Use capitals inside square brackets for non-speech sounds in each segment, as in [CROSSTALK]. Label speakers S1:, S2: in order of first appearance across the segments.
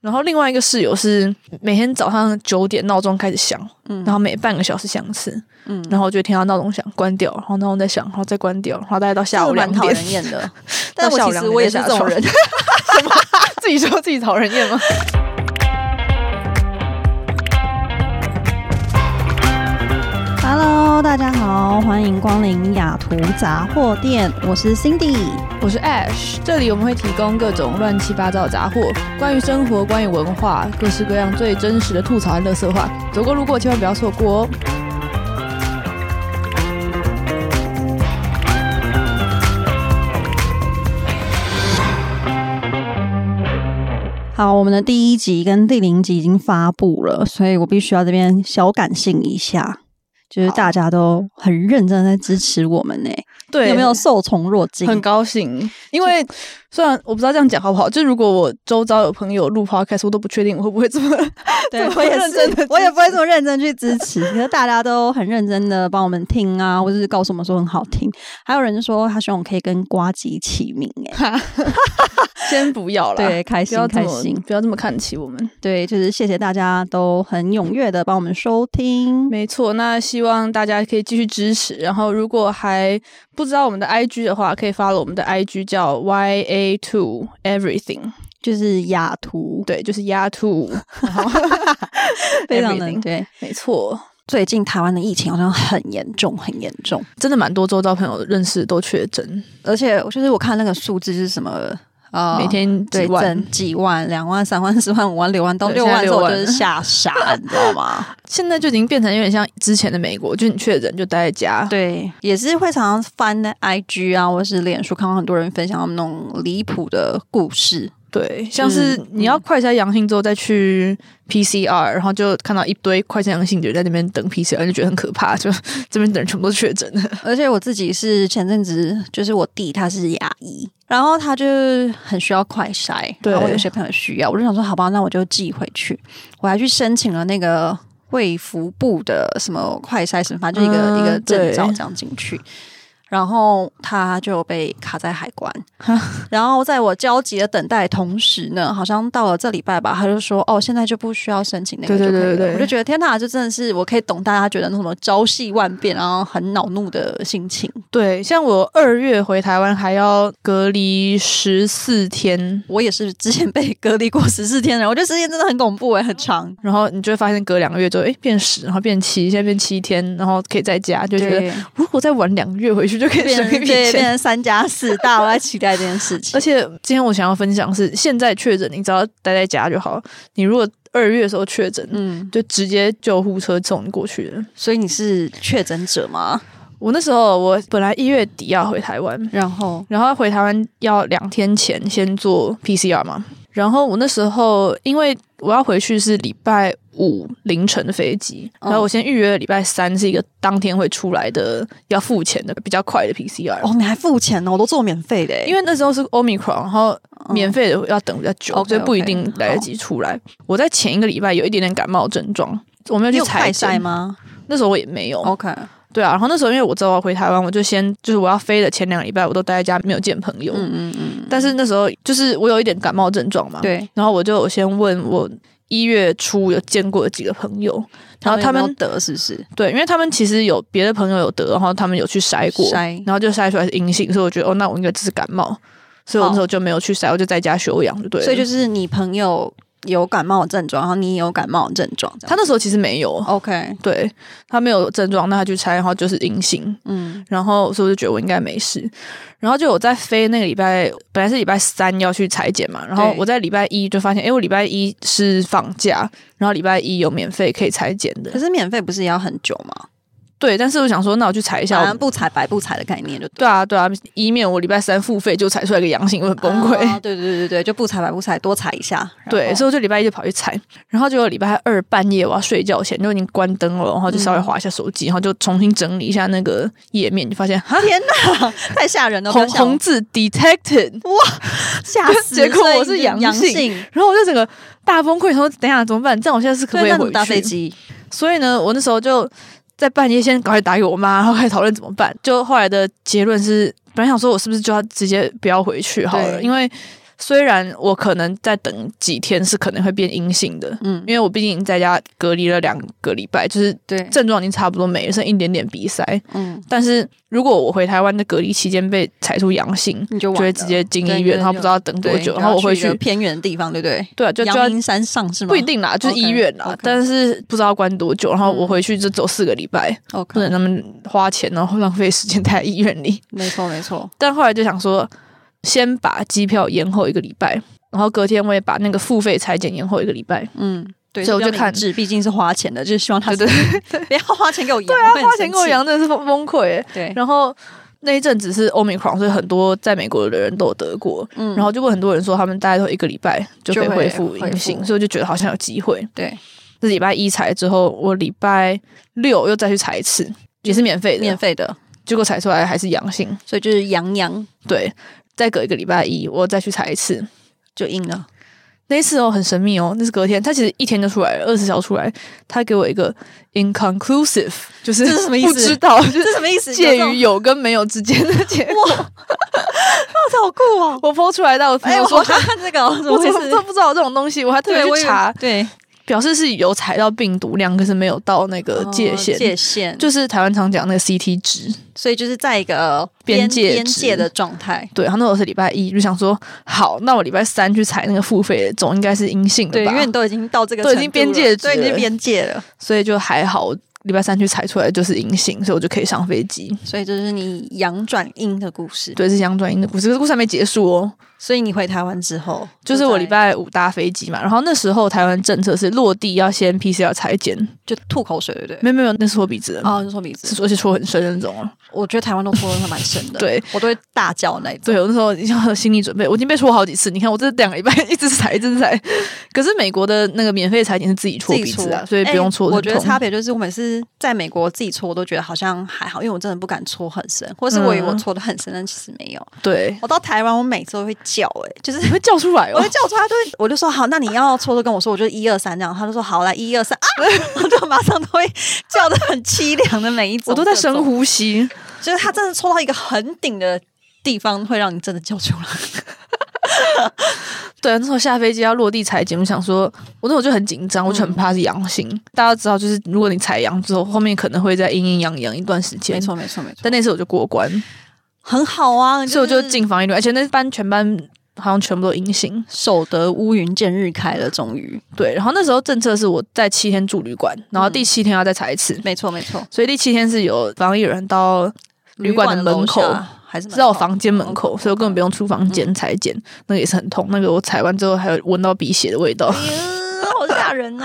S1: 然后另外一个室友是每天早上九点闹钟开始响，
S2: 嗯
S1: 然后每半个小时响一次，
S2: 嗯
S1: 然后我就听到闹钟响，关掉，然后闹钟再响，然后再关掉，然后大概到
S2: 这
S1: 下
S2: 个
S1: 午两
S2: 蛮讨
S1: 点。
S2: 人厌
S1: [LAUGHS]
S2: 的。
S1: 到
S2: 但我
S1: 下午
S2: 其
S1: 两
S2: 实
S1: 点
S2: 我也是
S1: 才下
S2: 这种
S1: 床 [LAUGHS]
S2: 人，
S1: 自己说自己讨人厌吗？
S2: Hello，大家好，欢迎光临雅图杂货店，我是 Cindy。
S1: 我是 Ash，这里我们会提供各种乱七八糟的杂货，关于生活，关于文化，各式各样最真实的吐槽和乐色话，走过路过千万不要错过哦。
S2: 好，我们的第一集跟第零集已经发布了，所以我必须要这边小感性一下，就是大家都很认真地在支持我们呢、
S1: 对，
S2: 有没有受宠若惊？
S1: 很高兴，因为虽然我不知道这样讲好不好，就如果我周遭有朋友录 podcast，我都不确定我会不会这么
S2: 对
S1: [LAUGHS] 这么
S2: 我也
S1: 认真地
S2: 是，我也
S1: 支
S2: 不会这么认真去支持。可是大家都很认真的帮我们听啊，或者是告诉我们说很好听。还有人说他希望我可以跟瓜吉齐名、欸，
S1: 先不要啦，
S2: 对，，开
S1: 不
S2: 心
S1: 要这
S2: 开
S1: 么
S2: 心，
S1: 不要这么看起我们。
S2: 对，就是谢谢大家都很踊跃的帮我们收听。
S1: 没错，那希望大家可以继续支持。然后，如果还不知道我们的 IG 的话，可以发了我们的 IG 叫 YA Two Everything， [LAUGHS]
S2: 就是雅图， [LAUGHS]
S1: 对，就是 Ya Two，
S2: 非常的
S1: everything
S2: 对。
S1: 没错，
S2: 最近台湾的疫情好像很严重，很严重，
S1: 真的蛮多周遭朋友认识都确诊，
S2: 而且我就是我看那个数字是什么。呃
S1: 每天几
S2: 对，
S1: 万
S2: 整。几万、两万、三万、四万、五万、六万到
S1: 对
S2: 六
S1: 现在
S2: 万的时
S1: 六
S2: 候，我
S1: 万
S2: 就是吓傻，你知道 [LAUGHS] 吗？
S1: 现在就已经变成有点像之前的美国，就你确诊就待在家，
S2: 对，也是会常常翻的 IG 啊，或是脸书，看到很多人分享他们那种离谱的故事。
S1: 对，像是你要快筛阳性之后再去 PCR，、然后就看到一堆快筛阳性的人在那边等 PCR，就觉得很可怕，就 [LAUGHS] 这边等人全部都确诊了。
S2: 而且我自己是前阵子，就是我弟他是牙医，然后他就是很需要快筛，
S1: 对
S2: 然后我有些朋友需要，我就想说好吧，那我就寄回去，我还去申请了那个卫福部的什么快筛什么，反正就一个、
S1: 嗯
S2: 一个证照
S1: 对
S2: 这样进去。然后他就被卡在海关，然后在我焦急的等待的同时呢，好像到了这礼拜吧，他就说哦，现在就不需要申请那个
S1: 对
S2: 就
S1: 对
S2: 可以
S1: 对
S2: 了。
S1: 对对
S2: 我就觉得天哪，就真的是我可以懂大家觉得那什么朝夕万变，然后很恼怒的心情。
S1: [LAUGHS] 对，像我二月回台湾还要隔离十四天，
S2: 我也是之前被隔离过十四天的人，我觉得十四天真的很恐怖诶、很长。
S1: 然后你就会发现隔两个月之后，哎，变十，然后变七，现在变七天，然后可以在家，就觉得
S2: 对，
S1: 如果再晚两个月回去就可以
S2: 变
S1: 省一
S2: 成
S1: 笔 [LAUGHS]
S2: 对变
S1: 钱。
S2: 成三加四大，我在期待这件事
S1: [LAUGHS]
S2: 情
S1: 而。且今天我想要分享是，现在确诊你只要待在家就好，你如果二月的时候确诊，
S2: 嗯，
S1: 就直接救护车送你过去了。
S2: 所以你是确诊者吗？
S1: 我那时候我本来一月底要回台湾，
S2: 然后
S1: 然后回台湾要两天前先做 PCR 嘛。然后我那时候因为我要回去是礼拜五凌晨的飞机，
S2: 嗯
S1: 然后我先预约了礼拜三是一个当天会出来的要付钱的比较快的 PCR，、
S2: 哦，你还付钱呢，我都做免费的欸诶、
S1: 因为那时候是 Omicron，然后
S2: 嗯
S1: 免费的要等比较久，
S2: OK，OK，
S1: 所以不一定来得及出来。我在前一个礼拜有一点点感冒症状，我没有
S2: 嗯你
S1: 去
S2: 有快
S1: 采
S2: 筛
S1: 检，
S2: 吗
S1: 那时候我也没有。
S2: ？OK，
S1: 对啊，然后那时候因为我知道我要回台湾，我就先就是我要飞的前两个礼拜，我都待在家没有见朋友。
S2: 嗯嗯嗯，
S1: 但是那时候就是我有一点感冒症状嘛，，
S2: 对。
S1: 然后我就有先问我一月初有见过的几个朋友，然后他们
S2: 有没有得是不是？
S1: 对，因为他们其实有别的朋友有得，然后他们有去筛过，
S2: 筛
S1: 然后就筛出来是阴性，所以我觉得哦，那我应该只是感冒，所以我那时候就没有去筛，我就在家休养就对了。
S2: 所以就是是你朋友有感冒的症状，然后你也有感冒的症状，这
S1: 他
S2: 样。
S1: 那时候其实没有，
S2: OK，
S1: 对他没有症状，那他去筛，然后就是阴性，
S2: 嗯，
S1: 然后所以我就觉得我应该没事。然后就我在飞那个礼拜，本来是礼拜三要去裁剪嘛，然后
S2: 对
S1: 我在礼拜一就发现，诶，我礼拜一是放假，然后礼拜一有免费可以裁剪的
S2: 可。是免费不是也要很久吗？
S1: 对，但是我想说，那我去裁一下。
S2: 反正
S1: 我
S2: 不踩白不踩的概念就
S1: 对啊，对啊，以免我礼拜三付费就裁出来个阳性，我很崩溃。
S2: 啊对对对对，就不踩白不踩，多踩一下。然后
S1: 对，所以我就礼拜一就跑去裁，然后结果礼拜二半夜我要睡觉前就已经关灯了，然后就
S2: 嗯
S1: 稍微划一下手机，然后就重新整理一下那个页面，就发现哈，
S2: [LAUGHS] 天哪，太吓人了，
S1: 红
S2: 不要吓我
S1: 红字 detected，
S2: 吓 [LAUGHS] 死。
S1: 结果我是
S2: 所以
S1: 阳
S2: 阳
S1: 性，然后我就整个大崩溃，说等一下怎么办？这样我现在是可不可
S2: 对，
S1: 以
S2: 那你
S1: 回
S2: 搭飞
S1: 去？
S2: 机？
S1: 所以呢，我那时候就在半夜先赶快打给我妈，然后开始讨论怎么办。就后来的结论是，本来想说我是不是就要直接不要回去好了，
S2: 对
S1: 因为虽然我可能再等几天是可能会变阴性的，
S2: 嗯，
S1: 因为我毕竟在家隔离了两个礼拜，就是
S2: 对，
S1: 症状已经差不多没了，剩一点点鼻塞。
S2: 嗯，
S1: 但是如果我回台湾的隔离期间被裁出阳性，
S2: 你就
S1: 就
S2: 完
S1: 会
S2: 了
S1: 直接进医
S2: 对
S1: 院，然后不知道要等多
S2: 对
S1: 久，
S2: 你
S1: 然后我
S2: 要
S1: 会
S2: 去一个
S1: 去，
S2: 偏远的地方，对不对？
S1: 对啊，就就要
S2: 阳明山上是吗？
S1: 不一定啦，就是医院啦
S2: OK，OK
S1: 但是不知道关多久，然后我回去就走四个礼拜，不能
S2: ，OK，
S1: 让他们花钱，然后浪费时间在医院里。
S2: 没错没错，
S1: 但后来就想说，先把机票延后一个礼拜，然后隔天我也把那个付费裁剪延后一个礼拜。
S2: 嗯，对，
S1: 所以我就
S2: 比较
S1: 看
S2: 理智，毕竟是花钱的，就是希望他
S1: 对
S2: 不要花钱给我养，对
S1: 花钱跟我一，样，真的是崩崩溃欸。
S2: 对，
S1: 然后那一阵子是 Omicron，所以很多在美国的人都有得过。
S2: 嗯
S1: 然后就问很多人说，他们大概都一个礼拜就可以
S2: 就会
S1: 恢复
S2: 恢
S1: 阴性，
S2: 复
S1: 所以我就觉得好像有机会。
S2: 对，
S1: 这礼拜一裁之后，我礼拜六又再去裁一次，也是免费的，
S2: 免费的，
S1: 结果裁出来还是阳性。
S2: 所以就是阳阳
S1: 对，再隔一个礼拜一，我再去裁一次。
S2: 就硬了，
S1: 那一次哦，很神秘哦，那是隔天，他其实一天就出来了，二十小时出来，他给我一个 inconclusive，就是
S2: [LAUGHS] 这是什么意思
S1: 不知
S2: [LAUGHS]
S1: 道，就是
S2: 什么意思
S1: 介于有跟没有之间的 [LAUGHS] 结果。
S2: 哇， [LAUGHS] 这好酷哦！
S1: 我剖出来到，我朋
S2: 哎，
S1: 友
S2: [LAUGHS] 我
S1: 说
S2: 好。想看这个哦，怎么
S1: 我
S2: 回
S1: 怎么
S2: 事
S1: 都？不知道有这种东西，我还特别
S2: 我
S1: 去
S2: 以为
S1: 查，
S2: 对
S1: 表示是有踩到病毒量，可是没有到那个界限，
S2: 哦界限，就
S1: 就是台湾常讲那个 CT 值。
S2: 所以就是在一个
S1: 边界
S2: 边
S1: 值
S2: 界的状态。
S1: 对，然后那时候是礼拜一，就想说好，那我礼拜三去踩那个付费的，总应该是阴性的
S2: 对，
S1: 吧？
S2: 因为你都已经到这个
S1: 都已
S2: 程
S1: 经
S2: 度
S1: 边界
S2: 了
S1: 值
S2: 对，已经
S1: 了
S2: 边界了，
S1: 所以就还好，礼拜三去踩出来就是阴性，所以我就可以上飞机。
S2: 所以这是你阳转阴的故事。
S1: 对，是相转阴的故事，可是故事还没结束哦。
S2: 所以你回台湾之后，
S1: 就是我
S2: 在
S1: 礼拜五搭飞机嘛，然后那时候台湾政策是落地要先 PCR 裁剪，
S2: 就吐口水，对不对？
S1: 没有没有，那是戳鼻子的，
S2: 哦，就说名
S1: 是
S2: 字，
S1: 而且戳很深那种哦。
S2: 我觉得台湾都拖的蛮深的，
S1: 对
S2: 我都会大叫那一种。
S1: 对，我那时候已经有心理准备，我已经被戳好几次。你看我这两个礼拜 [LAUGHS] 一直裁，一直裁。可是美国的那个免费裁剪是自己戳
S2: 自
S1: 鼻
S2: 己
S1: 子
S2: 搓
S1: 啊，所以不用戳
S2: 哎
S1: 得
S2: 我
S1: 很
S2: 觉
S1: 痛。
S2: 得差别就是，我每次在美国自己搓，我都觉得好像还好，因为我真的不敢搓很深，或是我以为我
S1: 嗯
S2: 搓的很深，但其实没有。
S1: 对，
S2: 我到台湾，我每次都会叫、哎，就是
S1: 你会叫出来
S2: 我
S1: 哦
S2: [LAUGHS] 就。叫出来，他就会我就说好，那你要搓就跟我说，我就一二三这样，他就说好来一二三啊， [LAUGHS] 我就马上都会叫的很凄凉的每一种，
S1: 我都在
S2: 各种
S1: 深，呼吸，
S2: 就是他真的搓到一个很顶的地方，会让你真的叫出来。
S1: 对，那时候下飞机要落地裁剪，我想说，我那时候就很紧张，我就很怕是阳性。大家知道，就是如果你采阳之后，后面可能会在阴阴阳阳一段时间。
S2: 没。错，没错，没错，
S1: 但那次我就过关，
S2: 很好啊，
S1: 所以我就是进防疫旅，而且那班全班好像全部都阴性。
S2: 守得乌云见日开了，终于，
S1: 对，然后那时候政策是我在七天住旅馆，然后第七天要再裁一次。
S2: 没错没错，
S1: 所以第七天是有防疫人到旅馆的门口
S2: 旅馆的楼下还是
S1: 是在我房间门口，
S2: 哦
S1: 所以我根本不用出房间裁剪，那个也是很痛。那个我裁完之后还有闻到鼻血的味道，
S2: 哎呀好吓人哦！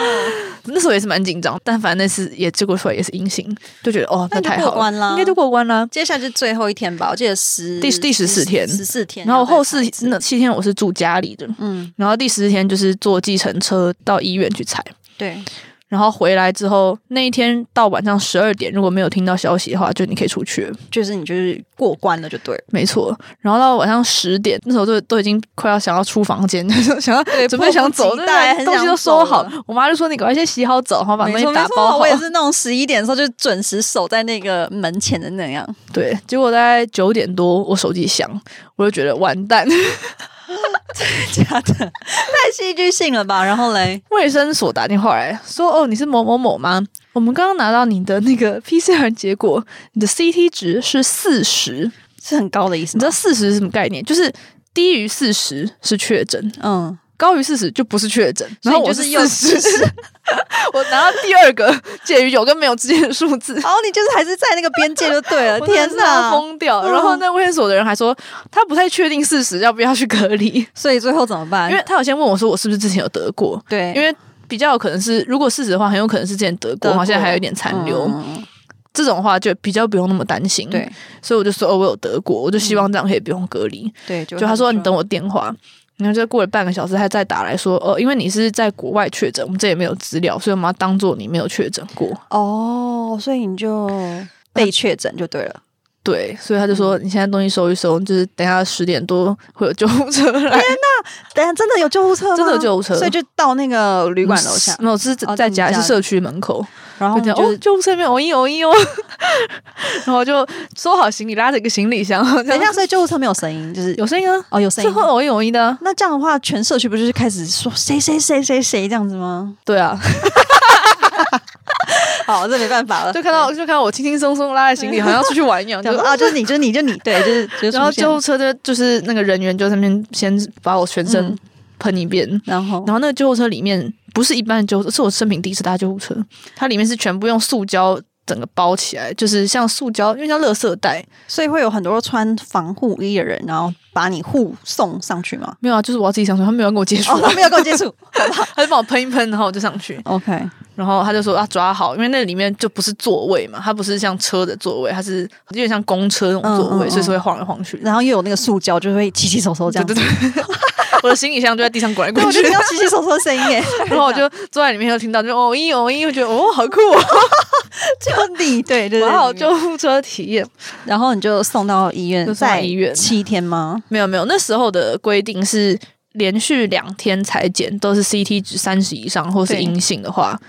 S1: 那时候也是蛮紧张，但反正那次也结果出来也是阴性，就觉得哦，
S2: 那就
S1: 太好
S2: 过关啦
S1: 应该就过关啦。
S2: [LAUGHS] 接下来是最后一天吧，我记得十
S1: 第第十四天
S2: 十四天，啊
S1: 然后
S2: 要再
S1: 后四
S2: 排一次
S1: 那七天我是住家里的，
S2: 嗯，
S1: 然后第十天就是坐计程车到医院去裁。
S2: 对，
S1: 然后回来之后，那一天到晚上十二点，如果没有听到消息的话，就你可以出去了。
S2: 就是你就是过关了就对了，
S1: 没错，然后到晚上十点，那时候就都已经快要想要出房间， [LAUGHS] 想要准备想走，
S2: 迫不及待
S1: 对
S2: 很
S1: 东西
S2: 想
S1: 都收好
S2: 走。
S1: 我妈就说：“你赶快先洗好澡，然后把东
S2: 没
S1: 西
S2: 错
S1: 打
S2: 没
S1: 包
S2: 错，
S1: 好
S2: 我。也是那种十一点的时候就准时守在那个门前的那样，”
S1: 对，结果大概九点多，我手机响，我就觉得完蛋，
S2: 假的，太戏剧性了吧？然后嘞，
S1: 卫生所打电话来说：“哦，你是某某某吗？我们刚刚拿到你的那个 PCR 结果，你的 CT 值是四十。
S2: 是很高的意思
S1: 你知
S2: 吗，
S1: 道四十是什么概念？就是低于四十是确诊，
S2: 嗯，
S1: 高于四十就不是确诊，然后我
S2: 所以你
S1: 四
S2: 就是
S1: 十， [LAUGHS] 我拿到第二个介于有跟没有之间的数
S2: [LAUGHS]
S1: 字，
S2: 哦，你就是还是在那个边界就对 [LAUGHS] 了。
S1: 我真的
S2: 天
S1: 是要
S2: 哪！嗯
S1: 疯掉！然后那卫生所的人还说他不太确定四十要不要去隔离，
S2: 所以最后怎么办？
S1: 因为他有先问我说我是不是之前有得过，
S2: 对，
S1: 因为比较有可能是如果四十的话，很有可能是之前得过，
S2: 德
S1: 好像
S2: 国
S1: 还有一点残留，
S2: 嗯嗯嗯
S1: 这种话就比较不用那么担心。
S2: 嗯，对
S1: 所以我就说哦，我有得过，我就希望这样可以不用隔离。
S2: 对，就
S1: 就他说你等我电话，然后就过了半个小时，他再打来说，哦，因为你是在国外确诊，我们这也没有资料，所以我们要当做你没有确诊过。
S2: 哦，所以你就被确诊就对了。
S1: 对，所以他就说
S2: 嗯
S1: 你现在东西收一收，就是等一下十点多会有救护车来，
S2: 等一下真的有救护车吗？
S1: 真的有救护车
S2: 所以就到那个旅馆楼下，
S1: 没有是
S2: 哦
S1: 在
S2: 在
S1: 家
S2: 你家
S1: 是社区门口，
S2: 然后
S1: 就
S2: 你
S1: 这样
S2: 就
S1: 哦救护车里面哦一哦一哦， [LAUGHS] 然后就收好行李，拉着一个行李箱，这
S2: 等一
S1: 样
S2: 下，所以救护车没有声音，就是
S1: 有声音啊，
S2: 哦有声
S1: 是
S2: 音
S1: 会。哦一哦一的啊，
S2: [LAUGHS] 那这样的话，全社区不就是开始说谁谁谁谁谁这样
S1: [LAUGHS]
S2: 子吗？
S1: 对啊，
S2: 好，这没办法了，
S1: 就看到就看到我轻轻松松拉着行李，好像要出去玩一样，[LAUGHS]
S2: 讲
S1: 就
S2: 说啊，就是你，就是你，就你，对，就是就是
S1: 然后
S2: 出现
S1: 救护车的就是那个人员就在那边先把我全身
S2: 嗯
S1: 喷一遍，
S2: 然后
S1: 然后那个救护车里面不是一般的救护车，是我生平第一次搭救护车，它里面是全部用塑胶整个包起来，就是像塑胶，因为像垃圾袋，
S2: 所以会有很多穿防护衣的人，然后把你护送上去吗？
S1: 没有啊，就是我要自己上去，他没有跟我接触
S2: 哦，
S1: 啊、
S2: 他没有跟我接触
S1: [LAUGHS] 他就帮我喷一喷，然后我就上去，
S2: ，OK，
S1: 然后他就说啊抓好，因为那里面就不是座位嘛，它不是像车的座位，它是有点像公车那种座位，
S2: 嗯嗯嗯
S1: 所以是会晃来晃去的。
S2: 然后又有那个塑胶，就会起起手手这
S1: 对
S2: 样
S1: 对
S2: 子。
S1: 对，我的行李箱就在地上滚来
S2: 对，
S1: 滚
S2: [LAUGHS] 我
S1: 去
S2: 就，听到起起手手的声音耶，
S1: 然后我就坐在里面就听到就哦一哦一，我觉得哦好酷哦，
S2: [LAUGHS] 就你对对对，
S1: 哇哦
S2: 对
S1: 救护车体验。
S2: 然后你就送到医院，
S1: 就送到
S2: 在
S1: 医院
S2: 七天吗？
S1: 没有没有，那时候的规定是连续两天裁剪都是 CT 值三十以上或是
S2: 对
S1: 阴性的话，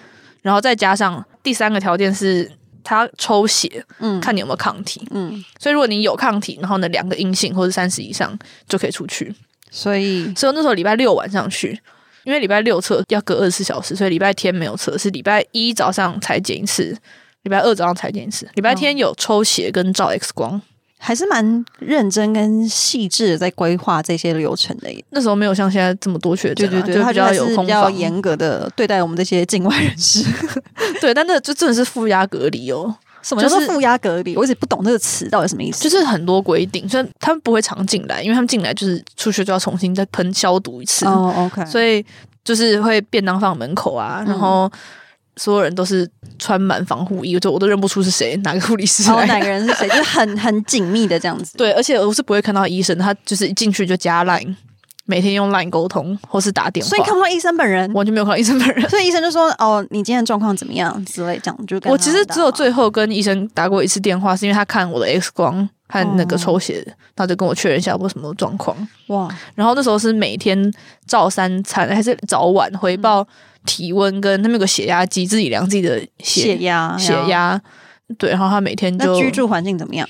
S1: 然后再加上第三个条件是他抽血
S2: 嗯，
S1: 看你有没有抗体，
S2: 嗯，
S1: 所以如果你有抗体，然后呢两个阴性或是三十以上就可以出去。
S2: 所以
S1: 所以我那时候礼拜六晚上去。因为礼拜六测要隔二十四小时，所以礼拜天没有测，是礼拜一早上裁剪一次，礼拜二早上裁剪一次，礼拜天有抽血跟照 X 光。
S2: 还是蛮认真跟细致的在规划这些流程的耶。
S1: 那时候没有像现在这么多确诊、
S2: 对
S1: 啊，
S2: 对对，
S1: 就
S2: 他
S1: 比
S2: 就
S1: 较
S2: 还是
S1: 有空
S2: 比较
S1: 防
S2: 严格的对待我们这些境外人士。
S1: 对，但那就真的是负压隔离哦，
S2: [LAUGHS] 什么叫做
S1: 就是
S2: 负压隔离？我一直不懂这个词到底什么意思。
S1: 就是很多规定，所以他们不会常进来，因为他们进来就是出去就要重新再喷消毒一次，
S2: 哦，OK，
S1: 所以就是会便当放门口
S2: 嗯
S1: 啊，然后所有人都是穿满防护衣，就我都认不出是谁，哪个护理
S2: [LAUGHS]
S1: 师
S2: 然后
S1: 来
S2: 哦哪
S1: 的。
S2: 个人是谁，就是很很紧密的这样
S1: [LAUGHS]
S2: 子。
S1: 对，而且我是不会看到医生，他就是一进去就加 Line，每天用 Line 沟通或是打电话，
S2: 所以看不到医生本人，
S1: 完全没有看到医生本
S2: [LAUGHS]
S1: 人。
S2: 所以医生就说：“哦，你今天的状况怎么样？”之类这样就跟
S1: 我
S2: 他
S1: 其实
S2: 打
S1: 只有
S2: 嘛
S1: 最后跟医生打过一次电话，是因为他看我的 X 光和那个
S2: 哦
S1: 抽血，他就跟我确认一下我什么状况。
S2: 哇，
S1: 然后那时候是每天照三餐，还是早晚回
S2: 嗯
S1: 报体温跟他们有个血压机，自己量自己的
S2: 血
S1: 血
S2: 压
S1: 血。压。对，然后他每天
S2: 哎那
S1: 就
S2: 居住环境怎么样？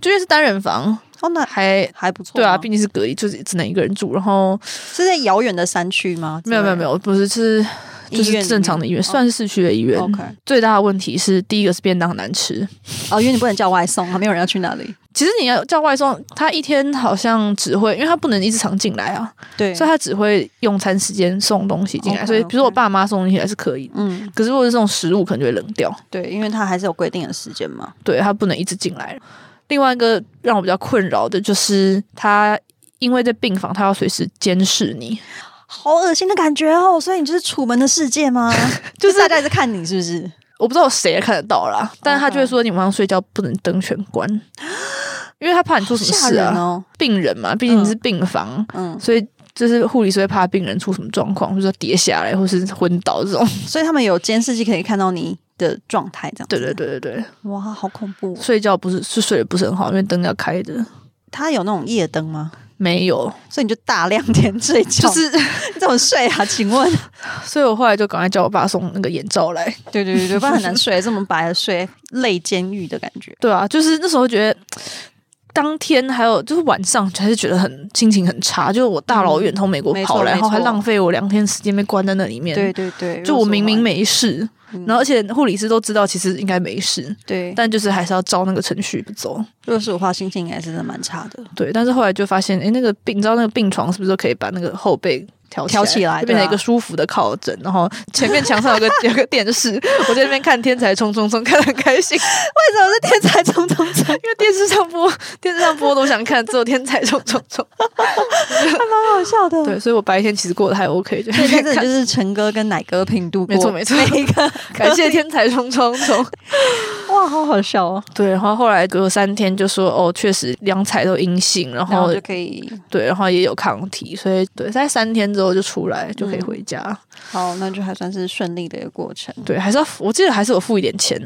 S1: 就因为是单人房，
S2: 哦，那
S1: 还
S2: 还不错。
S1: 对啊，毕竟是隔离，就是只能一个人住。然后
S2: 是在遥远的山区吗？
S1: 没有没有没有，不是是就
S2: 医院哦
S1: 是正常的医院，算是市区的医院。
S2: OK。 [LAUGHS]
S1: 最大的问题是，第一个是便当很难吃。
S2: 哦，因为你不能叫外送，还没有人要去那里。
S1: 其实你要叫外送，他一天好像只会，因为他不能一直常进来啊，
S2: 对哦
S1: 所以他只会用餐时间送东西进来。
S2: OK，
S1: 所以，比如说我
S2: OK
S1: 爸妈送东西来是可以的，
S2: 嗯，
S1: 可是如果是这种食物，可能就会冷掉，
S2: 对，因为他还是有规定的时间嘛。
S1: 对，它不能一直进来。另外一个让我比较困扰的就是，他因为在病房，他要随时监视你，
S2: 好恶心的感觉哦！所以你就是楚门的世
S1: [LAUGHS]
S2: 界吗？就是大家一直看你，是不是？
S1: 我不知道有谁看得到啦，但是他就会说你晚上睡觉不能灯全 [GASPS] 关，因为他怕你做什么
S2: 吓
S1: 事
S2: 人
S1: 啊。
S2: 哦！
S1: 病人嘛，毕竟是病房，
S2: 嗯，
S1: 所以就是护理师会怕病人出什么状况，比如说跌下来或是昏倒这种。
S2: 所以他们有监视器可以看到你的状态，这样子
S1: 对对，对对对，
S2: 哇，好恐怖哦！
S1: [LAUGHS] 睡觉不是是睡得不是很好，因为灯要开的。
S2: 他有那种夜灯吗？
S1: 没有，
S2: 所以你就大 [LAUGHS] 亮天睡觉，
S1: 就是， [LAUGHS]
S2: 你怎么睡啊？请问？
S1: 所以我后来就赶快叫我爸送那个眼罩来。
S2: 对对 [LAUGHS] 对对，不然很难睡，这么白的睡，累监狱的感 [LAUGHS] 觉。
S1: 对啊，就是那时候觉得，当天还有就是晚上还是觉得很心情很差，就是我大老远从美国
S2: 嗯没错
S1: 跑来，然后还
S2: 没错
S1: 浪费我两天时间被关在那里面。
S2: 对，对对，
S1: 就我明明没事，
S2: 嗯
S1: 然后而且护理师都知道其实应该没事，
S2: 对，
S1: 但就是还是要照那个程序不走。
S2: 如果是我的话，心情应该是真的蛮差的。
S1: 对，但是后来就发现，哎，那个病，你知道那个病床是不是都可以把那个后背挑
S2: 挑起来
S1: 就变
S2: 对啊
S1: 成一个舒服的靠枕，然后前面墙上
S2: [LAUGHS]
S1: 有个有个电视，我在那边看《天才冲冲冲》，看得很开心，因
S2: 为什么是天才冲冲冲？
S1: 为电视上播电视上播都想看，只有《天才冲冲
S2: [LAUGHS]
S1: 冲
S2: 蛮好笑的》。。
S1: 对，所以我白天其实过得还 OK，就
S2: 所以在这里嗯就是陈哥跟奶哥平度过，
S1: 没错没错
S2: 每一个
S1: [LAUGHS] 感谢《天才冲冲冲》。
S2: 哇，好好笑哦。
S1: 对，然后后来隔三天就说，哦，确实两彩都阴性，然
S2: 然
S1: 后
S2: 后就可以，
S1: 对，然后也有抗体，所以对，在三天之后就出来就可以
S2: 嗯
S1: 回家。
S2: 好，那就还算是顺利的一个过程。
S1: 嗯对，还是要付我记得还是有付一点钱，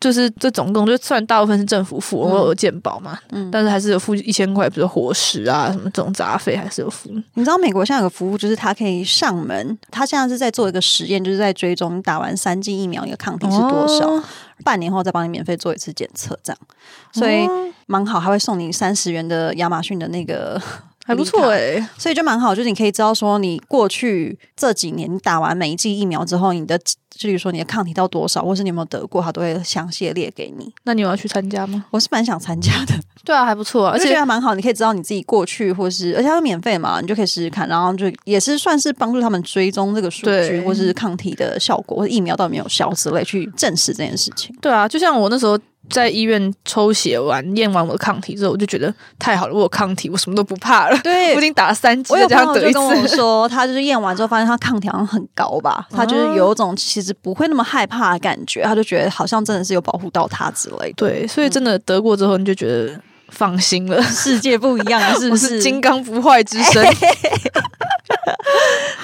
S1: 就是这总共就虽然大部分是政府付，我有健保嘛，
S2: 嗯
S1: 但是还是有付一千块，比如说伙食啊什么这种杂费还是有付。
S2: 你知道美国现在有个服务，就是它可以上门，它现在是在做一个实验，就是在追踪打完三剂疫苗你的抗体是多少，
S1: 哦
S2: 半年后再帮你免费做一次检测，这样，所以
S1: 哦
S2: 蛮好，还会送你三十元的亚马逊的那个
S1: 还不错哎、
S2: 所以就蛮好，就是你可以知道说，你过去这几年你打完每一剂疫苗之后，你的至于说你的抗体到多少，或是你有没有得过，它都会详细的列给你。
S1: 那你有要去参加吗？
S2: 我是蛮想参加的，
S1: 对啊，还不错啊，
S2: 嗯而
S1: 而
S2: 且
S1: 且
S2: 还蛮好，你可以知道你自己过去或是，而且它是免费嘛，你就可以试试看，然后就也是算是帮助他们追踪这个数据
S1: 对
S2: 或是抗体的效果，或者疫苗到底有没有效之类，去证实这件事情。
S1: 对啊，就像我那时候在医院抽血完验完我的抗体之后，我就觉得太好了，我有抗体，我什么都不怕 [LAUGHS] 了。
S2: 对
S1: 我已经打了三剂，
S2: 我有
S1: 再
S2: 朋
S1: 加上
S2: 友
S1: 得
S2: 就
S1: 一
S2: 跟我
S1: 次。
S2: 说， [LAUGHS] 他就是验完之后发现他抗体好像很高吧，他就是有一种其实不会那么害怕的感觉，他就觉得好像真的是有保护到他之类的。
S1: 对，所以真的得过之后，你就觉得放心了， [LAUGHS]
S2: 世界不一样 [LAUGHS] 了，是
S1: 我
S2: 不
S1: 是
S2: 是？
S1: 金刚不坏之身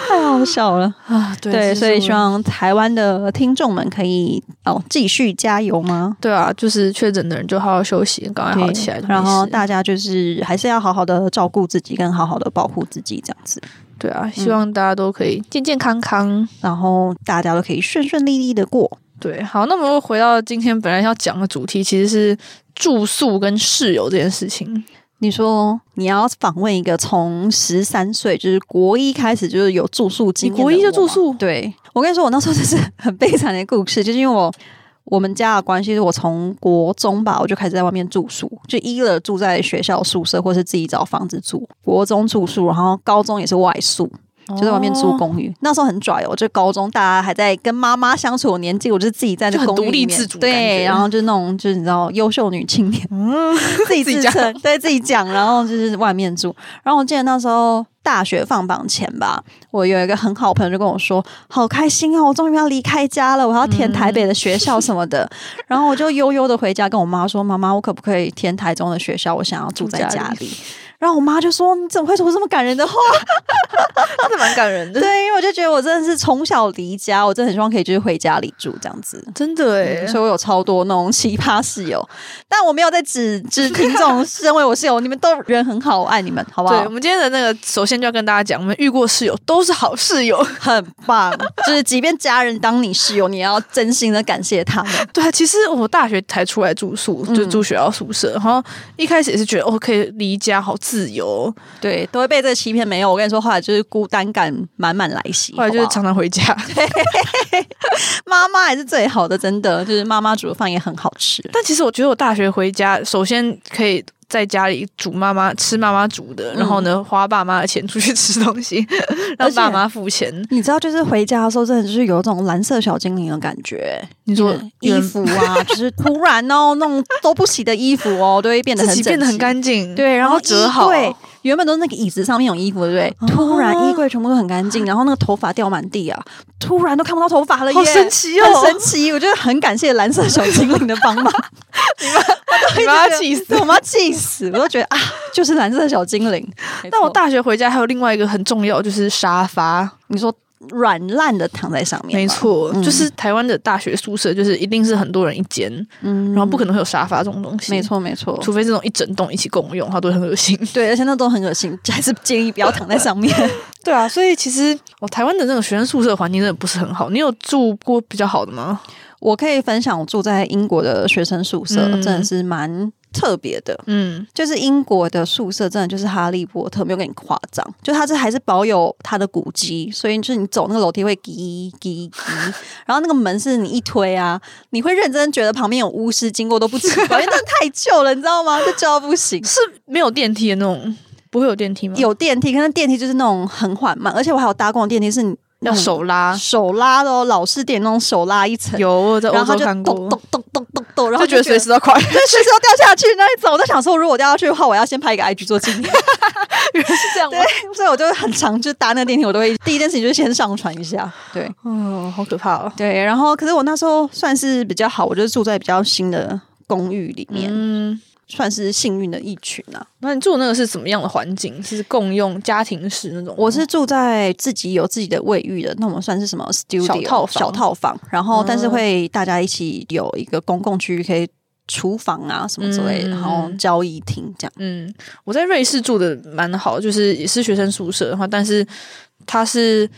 S2: 太好笑了。
S1: [LAUGHS] 啊！
S2: 对，所以希
S1: 望。
S2: 望台湾的听众们可以哦继续加油吗？
S1: 对啊，就是确诊的人就好好休息，赶快好起来就没事。
S2: 然后大家就是还是要好好的照顾自己，跟好好的保护自己这样子。
S1: 对啊，希望大家都可以健健康康。
S2: 然后大家都可以顺顺利利的过。
S1: 对，好，那么回到今天本来要讲的主题，其实是住宿跟室友这件事情。
S2: 你说你要访问一个从十三岁，就是国一开始就是有住宿经验的
S1: 你
S2: 我吗，
S1: 国一就住宿
S2: 对我跟你说，我那时候就是很悲惨的故事，就是因为我我们家的关系，我从国中吧，我就开始在外面住宿，就一了住在学校宿舍，或是自己找房子住。国中住宿，然后高中也是外宿，
S1: 哦
S2: 就在外面租公寓。那时候很拽哦，就高中大家还在跟妈妈相处的年纪，我就自己在那
S1: 就很
S2: 公寓
S1: 独立
S2: 里面
S1: 自主感
S2: 对，
S1: 觉嗯
S2: 然后就那种就是你知道优秀女青年， [LAUGHS] 自己
S1: 自己
S2: 自
S1: 讲
S2: 称，对自己讲，然后就是外面住。然后我记得那时候大学放榜前吧，我有一个很好的朋友就跟我说：“好开心哦，我终于要离开家了，我要填台北的学校什么的。
S1: 嗯
S2: 然后我就悠悠的回家跟我妈说：“妈妈，我可不可以填台中的学校？我想要住在
S1: 住家
S2: 家里。”然后我妈就说：“你怎么会说这么感人的话？”
S1: 真的蛮感人的
S2: [LAUGHS] 对，，因为我就觉得我真的是从小离家，我真的很希望可以就是回家里住这样子。
S1: [LAUGHS] 真的哎
S2: 嗯、所以我有超多那种奇葩室友，但我没有在指指听众是因为我室友，你们都人很好，我爱你们，好不
S1: [LAUGHS] 对，
S2: 好
S1: 我？们今天的那个，首先就要跟大家讲，我们遇过室友都是好室友。
S2: 很 [LAUGHS] 棒，就是即便家人当你室友，你也要真心的感谢他们。 [LAUGHS]
S1: 对啊，其实我大学才出来住宿，
S2: 嗯
S1: 就住学校宿舍，然后一开始也是觉得哦，可以离家，好自由哦。
S2: 对，都会被这个欺骗没有。我跟你说，后来就是孤单感满满来袭，
S1: 后来就是
S2: 好不好
S1: 常常回家， [LAUGHS]
S2: 妈妈还是最好的，真的，就是妈妈煮的饭也很好吃。
S1: 但其实我觉得我大学回家，首先可以在家里煮妈妈吃妈妈煮的，然后呢
S2: 嗯
S1: 花爸妈的钱出去吃东西，让爸妈付钱。
S2: 你知道，就是回家的时候，真的就是有一种蓝色小精灵的感觉。
S1: 你说
S2: 衣服啊，就是突然哦，那种都不洗的衣服哦，都会变得很
S1: 自己变得很
S2: 整齐
S1: 干净，
S2: 对，然后
S1: 折好。哦
S2: 对，原本都是那个椅子上面有衣服，对不对？突然衣柜全部都很干净，然后那个头发掉满地啊，突然都看不到头发了耶，
S1: 好神奇哦
S2: 很神奇！我觉得很感谢蓝色小精灵的
S1: [LAUGHS]
S2: 帮忙，
S1: 你把他气死。
S2: 死，我妈气死，我都觉得啊，就是蓝色小精灵。
S1: 但我
S2: 大
S1: 大学回家还有另外一个很重要，就是沙发。
S2: 你说软烂的躺在上面，
S1: 没，错，就是台湾的大学宿舍，就是一定是很多人一间，
S2: 嗯
S1: 然后不可能会有沙发这种东西。
S2: 没，错，没错。
S1: 除非这种一整栋一起共用，它都会很恶心。 [LAUGHS]
S2: 对，而且那都很恶心，还是建议不要躺在上面。
S1: 对啊，所以其实哦，台湾的那种学生宿舍环境真的不是很好。你有住过比较好的吗？
S2: 我可以分享我住在英国的学生宿舍，
S1: 嗯
S2: 真的是蛮特别的。
S1: 嗯，
S2: 就是英国的宿舍，真的就是哈利波特，没有跟你夸张。就它这还是保有它的古迹，所以就是你走那个楼梯会滴滴滴，然后那个门是你一推啊，你会认真觉得旁边有巫师经过都不奇怪，因为那太旧了，你知道吗？就旧到不行。
S1: 是没有电梯的那种，不会有电梯吗？
S2: 有电梯，可是电梯就是那种很缓慢，而且我还有搭过的电梯是你那
S1: 要
S2: 种
S1: 手拉，
S2: 手拉的哦，老式电那种手拉一层，
S1: 有我在
S2: 然
S1: 欧洲
S2: 后它就
S1: 看
S2: 咚咚
S1: 过，
S2: 咚咚咚咚，然后
S1: 就觉得随时都要
S2: [LAUGHS]
S1: 快。
S2: 对随时都掉下去那一种。我在想说，如果掉下去的话，我要先拍一个 IG 做纪念。 [LAUGHS]
S1: 原来是这样吗？
S2: 所以我就很常就搭那个电梯，我都会第一件事情就是先上传一下。对
S1: 哦，好可怕哦。
S2: 对，然后可是我那时候算是比较好，我就住在比较新的公寓里面，
S1: 嗯，
S2: 算是幸运的一群啊。
S1: 那你住那个是怎么样的环境？是共用家庭式那种？
S2: 我是住在自己有自己的卫浴的，那我们算是什么 studio
S1: 小套房
S2: 小套房然后
S1: 嗯
S2: 但是会大家一起有一个公共区域，可以厨房啊什么之类的，
S1: 嗯
S2: 然后交易厅这样。
S1: 嗯，我在瑞士住的蛮好，就是也是学生宿舍的话，但是它是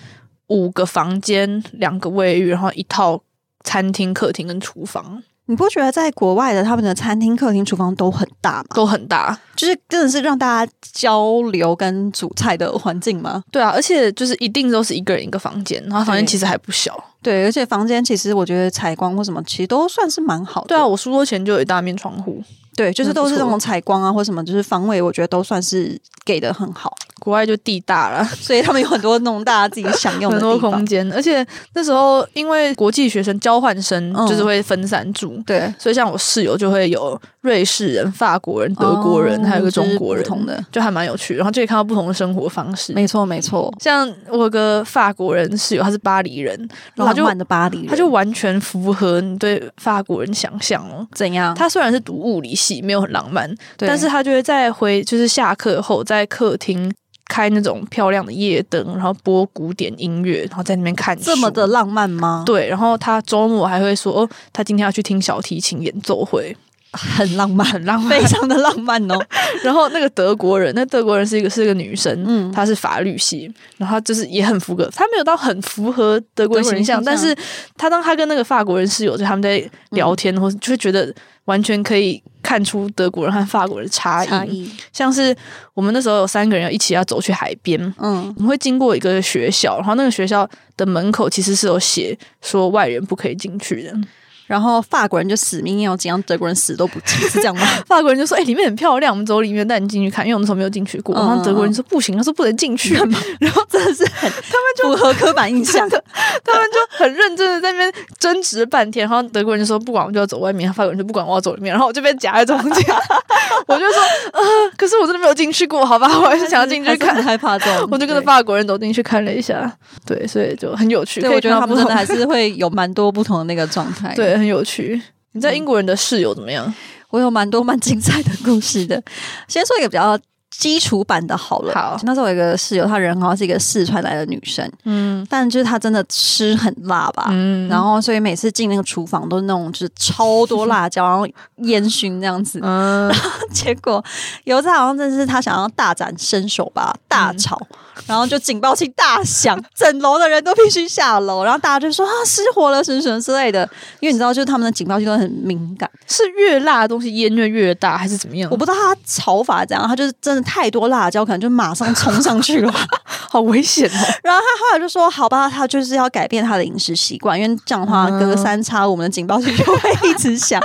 S1: 五个房间、两个卫浴，然后一套餐厅、客厅跟厨房
S2: 你不觉得在国外的他们的餐厅、客厅、厨房都很大吗？
S1: 都很大。
S2: 就是真的是让大家交流跟煮菜的环境吗？
S1: 对啊，而且就是一定都是一个人一个房间，然后房间
S2: 对哦
S1: 其实还不小。
S2: 对，而且房间其实我觉得采光或什么，其实都算是蛮好的。
S1: 对啊，我书桌前就有一大面窗户。
S2: 对，就是
S1: 那不
S2: 都是那
S1: 错
S2: 种采光啊或什么，就是方位，我觉得都算是给的很好，
S1: 国外就地大了，
S2: 所以他们有很多那种大家自己享
S1: [LAUGHS]
S2: 用
S1: 很
S2: 的
S1: 多
S2: 地
S1: 空
S2: 方。
S1: 间，而且那时候因为国际学生交换生
S2: 嗯
S1: 就是会分散住，
S2: 对，
S1: 所以像我室友就会有瑞士人、法国人、德国人，
S2: 哦
S1: 还有一个中国人，
S2: 就是不同的，
S1: 就还蛮有趣。然后就可以看到不同的生活方式。
S2: 没错没错，
S1: 像我有个法国人室友，他是巴黎人，然后他
S2: 浪
S1: 就
S2: 漫的巴黎人，
S1: 他就完全符合你对法国人想象哦。
S2: 怎样？
S1: 他虽然是读物理系，没有很浪漫，
S2: 嗯对
S1: 但是他就会在回就是下课后在客厅开那种漂亮的夜灯，然后播古典音乐，然后在那边看
S2: 这么
S1: 书
S2: 的浪漫吗？
S1: 对。然后他周末还会说，哦，他今天要去听小提琴演奏会，
S2: [LAUGHS] 很浪漫，
S1: 很浪漫
S2: [LAUGHS] 非。常的浪漫哦。
S1: [LAUGHS] 然后那个德国人，那德国人是一个是一个女生，
S2: 嗯
S1: 她是法律系，然后她就是也很符合，她没有到很符合德国人
S2: 德国人
S1: 形象，
S2: 形象
S1: 但是她当她跟那个法国人室友就他们在聊天，
S2: 嗯
S1: 或是就会觉得完全可以看出德国人和法国人的 [LAUGHS] 差异。
S2: 异，
S1: 像是我们那时候有三个人要一起要走去海边，
S2: 嗯，
S1: 我们会经过一个学校，然后那个学校的门口其实是有写说外人不可以进去
S2: 嗯
S1: 的，
S2: 然后法国人就死命要进，让德国人死都不进，是这样吗？ [LAUGHS]
S1: 法国人就说：“哎、里面很漂亮，我们走里面带你进去看。”因为我那时候没有进去过。
S2: 嗯
S1: 然后德国人说：“不行，他说不能进
S2: [LAUGHS]
S1: 去。”然后
S2: 真的是很，他们就符合刻板印象。 [LAUGHS]
S1: 他们就很认真的在那边争执半天。然后德国人就说：“不管，我就要走外面。”法国人就不管，我要走里面。然后我就被夹在中间， [LAUGHS] 我就说：“呃，可是我真的没有进去过，好吧，我还是想要进去
S2: [LAUGHS] 还是
S1: 看
S2: 很。害怕这种”，
S1: 我就跟着
S2: 对
S1: 法国人走进去看了一下，对，所以就很有趣。
S2: 对，
S1: 可以
S2: 我觉得
S1: 看
S2: 他
S1: 到不
S2: 们真
S1: 同
S2: 的还是会有蛮多不同的那个状态。，
S1: 对，很有趣。你在英
S2: 嗯
S1: 国人的室友怎么样？
S2: 我有蛮多蛮精彩的故事的。 [LAUGHS] 先说一个比较基础版的好了。
S1: 好
S2: 那时候有一个室友，她人很好，是一个四川来的女生，
S1: 嗯
S2: 但就是她真的吃很辣吧。
S1: 嗯
S2: 啊然后，所以每次进那个厨房都是那种就是超多辣椒，然后烟熏这样子。
S1: 嗯，
S2: [LAUGHS] 结果有一次好像真的是她想要大展身手吧，大吵，然后就警报器大响，整楼的人都必须下楼，然后大家就说啊失火了什么什么之类的。因为你知道，就是他们的警报器都很敏感。
S1: [LAUGHS] 是越辣的东西烟越越大，还是怎么样？
S2: 我不知道他炒法怎样，他就是真的太多辣椒，可能就马上冲上去了吧。
S1: 好危险哦！
S2: 然后他后来就说：“好吧，他就是要改变他的饮食习惯，因为这样的话
S1: 嗯
S2: 隔三差五我们的警报器就会一
S1: [LAUGHS]
S2: 直响。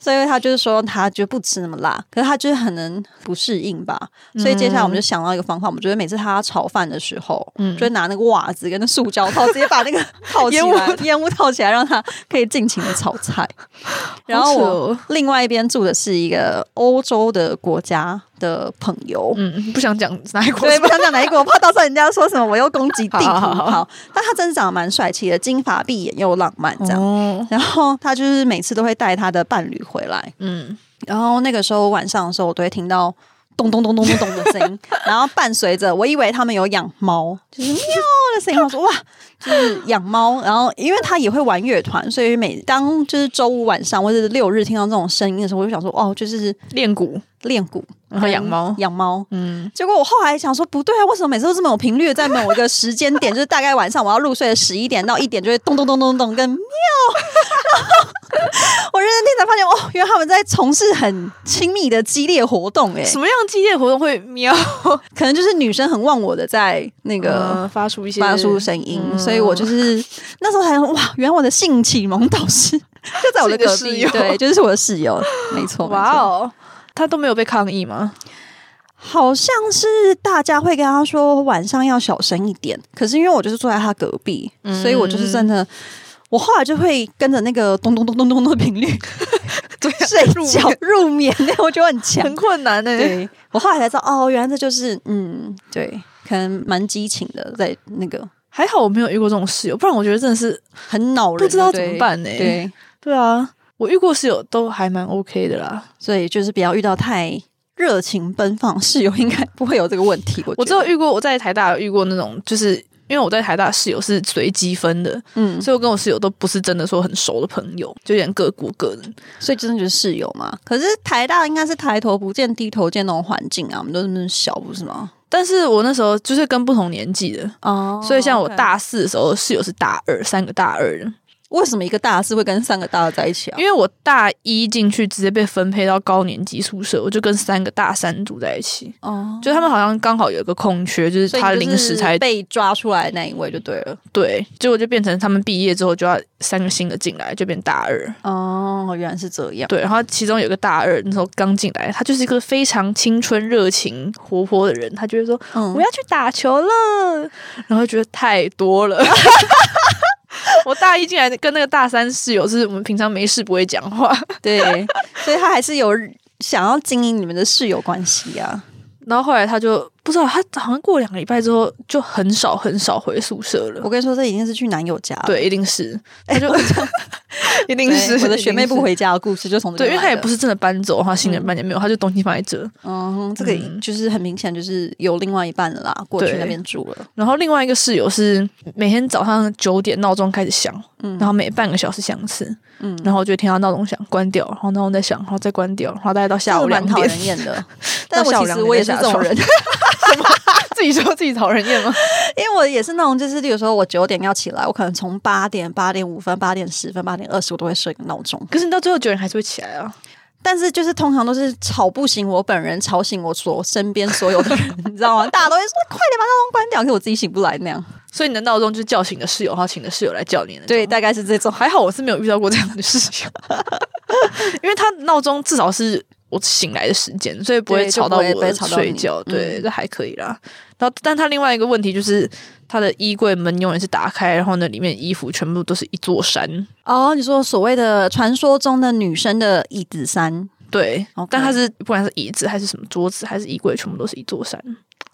S2: 所以他就是说他就不吃那么辣，可是他就是很能不适应吧。所以接下来我们就想到一个方法，我们觉得每次他炒饭的时候，
S1: 嗯
S2: 就会拿那个袜子跟那塑胶套直接把那个套
S1: [LAUGHS]
S2: 起
S1: 烟雾
S2: 来， [LAUGHS] 烟雾套起来，让他可以尽情的炒菜。然
S1: [LAUGHS]
S2: 后
S1: 好扯
S2: 我
S1: 哦
S2: 另外一边住的是一个欧洲的国家的朋友。
S1: [LAUGHS] 嗯，不想讲哪 [LAUGHS] 一国
S2: 对，
S1: 是
S2: 不
S1: 吧？
S2: 想讲哪一国，我怕到时候人家说什么我又攻击地图。
S1: 好好好
S2: 但他真的长得蛮帅气的，金发碧眼又浪漫这样。
S1: 哦，
S2: 然后他就是每次都会带他的伴侣回来，
S1: 嗯，
S2: 然后那个时候晚上的时候，我都会听到咚咚咚咚咚咚的声音，然后伴随着我以为他们有养猫，就是喵的声音。我说哇，就是养猫。然后因为他也会玩乐团，所以每当就是周五晚上或者是六日听到这种声音的时候，我就想说哦，就是
S1: 练鼓，
S2: 练鼓，
S1: 然后养猫，
S2: 养猫。
S1: 嗯，
S2: 结果我后来想说，不对啊，为什么每次都这么有频率，在某一个时间点，就是大概晚上我要入睡的十一点到一点，就会咚咚咚咚咚跟喵。然后我认真听才发现，哦，原来他们在从事很亲密的激烈活动，哎，
S1: 什么样激烈活动会喵？
S2: 可能就是女生很忘我的在那个
S1: 呃，发出一些
S2: 发出声音，
S1: 嗯
S2: 所以我就是那时候才想，哇，原来我的性启蒙导师就在我的隔
S1: 是你的室
S2: 壁，
S1: 友
S2: 对，就是我的室友，没错，没错
S1: 哇哦，他都没有被抗议吗？
S2: 好像是大家会跟他说晚上要小声一点，可是因为我就是坐在他隔壁，
S1: 嗯
S2: 所以我就是真的，我后来就会跟着那个咚咚咚咚咚的频率
S1: [LAUGHS] 对啊
S2: [LAUGHS] 睡
S1: 入
S2: 觉入眠，我觉得很强。
S1: 很困难欸呢。
S2: 对我后来才知道，哦，原来这就是嗯，对，可能蛮激情的，在那个
S1: 还好我没有遇过这种室友，不然我觉得真的是
S2: 很恼人，
S1: 不知道怎么办呢欸
S2: 对，
S1: 对啊。我遇过室友都还蛮 OK 的啦，
S2: 所以就是不要遇到太热情奔放室友，应该不会有这个问题。我
S1: 我
S2: 觉
S1: 只
S2: 得
S1: 有遇过我在台大有遇过那种，就是因为我在台大室友是随机分的，
S2: 嗯，
S1: 所以我跟我室友都不是真的说很熟的朋友，就有点各顾各的。
S2: 所以真的就是室友嘛。可是台大应该是抬头不见低头见那种环境啊，我们都是那么小，不是吗？
S1: 但是我那时候就是跟不同年纪的，
S2: 哦
S1: 所以像我大四的时候室友是大二，三个大二的，
S2: 为什么一个大四会跟三个大的在一起啊
S1: 因？为我大一进去直接被分配到高年级宿舍，我就跟三个大三住在一起。
S2: 哦，
S1: 就他们好像刚好有一个空缺，就是
S2: 所以
S1: 他
S2: 你就
S1: 临时才
S2: 是被抓出来那一位就对了。
S1: 对，结果就变成他们毕业之后就要三个新的进来，就变大二。
S2: 哦，原来是这样。
S1: 对，然后其中有一个大二，那时候刚进来，他就是一个非常青春、热情、活泼的人。他就会说：“
S2: 嗯
S1: 我要去打球了。”然后觉得太多了。 [LAUGHS] 我大一进来跟那个大三室友，是我们平常没事不会讲话， [LAUGHS]
S2: 对，所以他还是有想要经营你们的室友关系啊。
S1: 然后后来他就不知道，他好像过两个礼拜之后就很少很少回宿舍了
S2: 我。跟你说，这已经是去男友家了。
S1: 对，一定是，
S2: [LAUGHS]
S1: 他就、一定
S2: 对，
S1: 是
S2: 我的
S1: 一定
S2: 学妹不
S1: 是
S2: 回家的故事就从这
S1: 对，因为他也不
S2: 是，
S1: 是真的搬走，他新人搬也没有，他就东西放在这。
S2: 嗯，这个
S1: 嗯
S2: 就是很明显就是有另外一半了啦，过去
S1: 对
S2: 那边住了，
S1: 然后另外一个室友是每天早上九点闹钟开始响，
S2: 嗯
S1: 然后每半个小时响一次，
S2: 嗯，
S1: 然后我就听到闹钟响，关掉，然后闹钟再响，然后再关掉，然后大概到下
S2: 这
S1: 午
S2: 个
S1: 两
S2: 蛮讨
S1: 点。
S2: 人厌
S1: [LAUGHS]
S2: 的。但
S1: 到
S2: 我
S1: 下午
S2: 其
S1: 两
S2: 实
S1: 点
S2: 我也是
S1: 才下
S2: 这种
S1: 床 [LAUGHS]
S2: 人，
S1: 自己说自己讨人厌
S2: [LAUGHS]
S1: 吗？
S2: 因为我也是那种，就是例如说我九点要起来，我可能从八点、八点五分、八点十分、八点二十，我都会设一个闹钟。
S1: 可是你到最后九点还是会起来啊。
S2: 但是就是通常都是吵不醒我本人，吵醒我所身边所有的人，你知
S1: [LAUGHS]
S2: 道吗？大家都会说快点把闹钟关掉，可是我自己醒不来那样。
S1: 所以你的闹钟就是叫醒的室友，然后请的室友来叫你的那种。
S2: 对，大概是这种。
S1: 还好我是没有遇到过这样的事情， [LAUGHS] 因为他闹钟至少是我醒来的时间，所以不会
S2: 对就
S1: 吵到
S2: 不会不
S1: 我
S2: 会吵到
S1: 睡
S2: 你
S1: 觉。
S2: 嗯
S1: 对，这还可以啦。然后，但他另外一个问题就是，他的衣柜门永远是打开，然后呢，里面衣服全部都是一座山。
S2: 哦，你说所谓的传说中的女生的椅子山，
S1: 对
S2: OK
S1: 但他是不管是椅子还是什么桌子还是衣柜，全部都是一座山。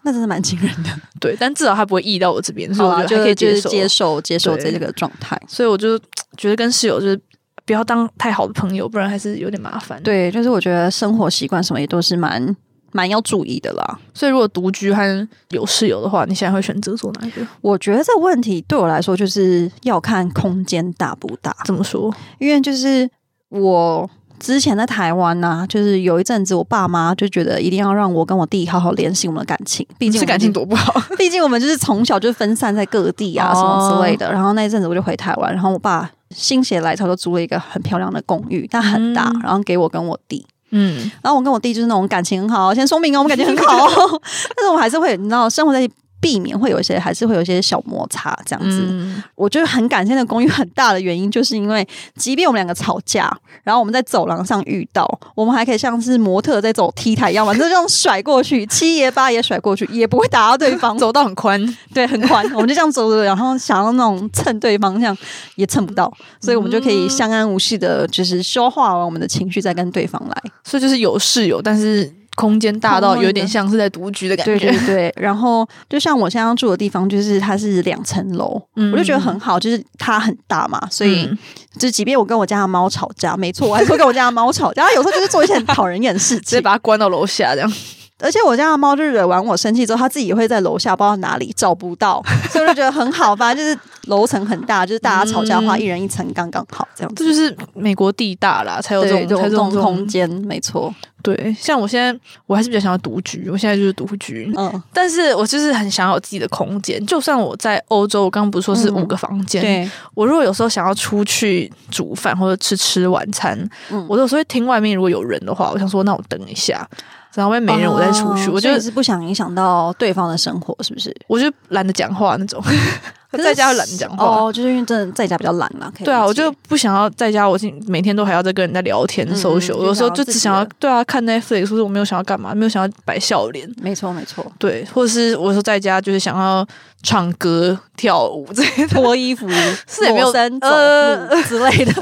S2: 那真的蛮惊人
S1: [LAUGHS]
S2: 的。
S1: 对，但至少他不会溢到我这边，所以我
S2: 好啦
S1: 觉得还
S2: 就
S1: 可以
S2: 是就
S1: 接
S2: 是
S1: 受。
S2: 接受接受
S1: 对
S2: 这个状态。
S1: 所以我就觉得跟室友就是不要当太好的朋友，不然还是有点麻烦。
S2: 对，就是我觉得生活习惯什么也都是蛮蛮要注意的啦。
S1: 所以如果独居和有室友的话，你现在会选择做哪一个？
S2: 我觉得这个问题对我来说就是要看空间大不大，
S1: 怎么说？
S2: 因为就是我之前在台湾呐、就是有一阵子我爸妈就觉得一定要让我跟我弟好好联系我们的感情，毕竟
S1: 是
S2: 我们
S1: 感情多不好，
S2: 毕竟我们就是从小就分散在各地啊
S1: 哦
S2: 什么之类的。然后那一阵子我就回台湾，然后我爸心血来潮就租了一个很漂亮的公寓，但很大，
S1: 嗯
S2: 然后给我跟我弟。
S1: [LAUGHS] 嗯，
S2: 然后我跟我弟就是那种感情很好，先说明哦，我们感情很好哦， [LAUGHS] 但是我们还是会，你知道，生活在一起避免会有一些，还是会有一些小摩擦这样子。
S1: 嗯，
S2: 我觉得很感谢那个公寓很大的原因，就是因为 [LAUGHS] 即便我们两个吵架，然后我们在走廊上遇到，我们还可以像是模特在走 T 台一样，反正这样甩过去，七爷八爷甩过去，也不会打到对方，
S1: 走道很宽，
S2: [LAUGHS] 对，很宽，我们就这样走走，然后想要那种蹭对方，这样也蹭不到， [LAUGHS] 所以我们就可以相安无事的，就是消化完我们的情绪，再跟对方来。
S1: 所以就是有室友，但是空间大到有点像是在独居的感觉。
S2: [LAUGHS] 对对对，然后就像我现在住的地方，就是它是两层楼，
S1: 嗯
S2: 我就觉得很好，就是它很大嘛，所以
S1: 嗯，
S2: 就即便我跟我家的猫吵架，没错，我还是会跟我家的猫吵架，它有时候就是做一些很讨人厌的事
S1: 直
S2: [LAUGHS]
S1: 接
S2: 情。
S1: 把它关到楼下这样。
S2: 而且我家的猫就惹完我生气之后，它自己也会在楼下不知道 [LAUGHS] 哪里找不到，所以我就觉得很好吧，就是楼层很大，就是大家吵架的话，
S1: 嗯
S2: 一人一层刚刚好这样
S1: [LAUGHS]
S2: 子。
S1: 这就是美国地大啦，才有这
S2: 对，
S1: 种
S2: 这
S1: 才有这
S2: 种这
S1: 种
S2: 种空。间，没错，
S1: 对，像我现在我还是比较想要独居，我现在就是独居。
S2: 嗯，
S1: 但是我就是很想要有自己的空间，就算我在欧洲，我刚刚不是说是
S2: 嗯
S1: 五个房间，
S2: 对，
S1: 我如果有时候想要出去煮饭或者吃吃晚餐，
S2: 嗯
S1: 我有时候会听外面如果有人的话，我想说那我等一下，然后外面没人我再出去，
S2: 哦
S1: 我就
S2: 所以是不想影响到对方的生活，是不是？
S1: 我就懒得讲话那种，
S2: [LAUGHS] 可是
S1: 在家又懒得讲话。
S2: 哦，就是因为真的在家比较懒啦。可以
S1: 对啊，
S2: 理
S1: 我
S2: 解
S1: 就不想要在家，我每天都还要在跟人家聊天、
S2: 嗯
S1: social，
S2: 就
S1: 有时候
S2: 想要
S1: 就
S2: 自
S1: 只
S2: 己
S1: 想要
S2: 的
S1: 对啊看 Netflix，或者我没有想要干嘛，没有想要摆笑脸，
S2: 没错没错，
S1: 对，或者是我说在家就是想要唱歌、跳舞这些，
S2: 脱衣 [LAUGHS] 服
S1: 是也没有
S2: 裸身走
S1: 呃
S2: 路之类的，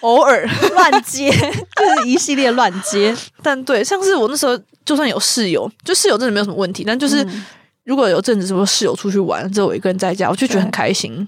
S1: 偶尔。
S2: 乱接 [LAUGHS] 就是一系列乱接，
S1: 但对，像是我那时候就算有室友，就室友真的没有什么问题，但就是
S2: 嗯
S1: 如果有阵子什么室友出去玩，只有我一个人在家，我就觉得很
S2: 对
S1: 开心。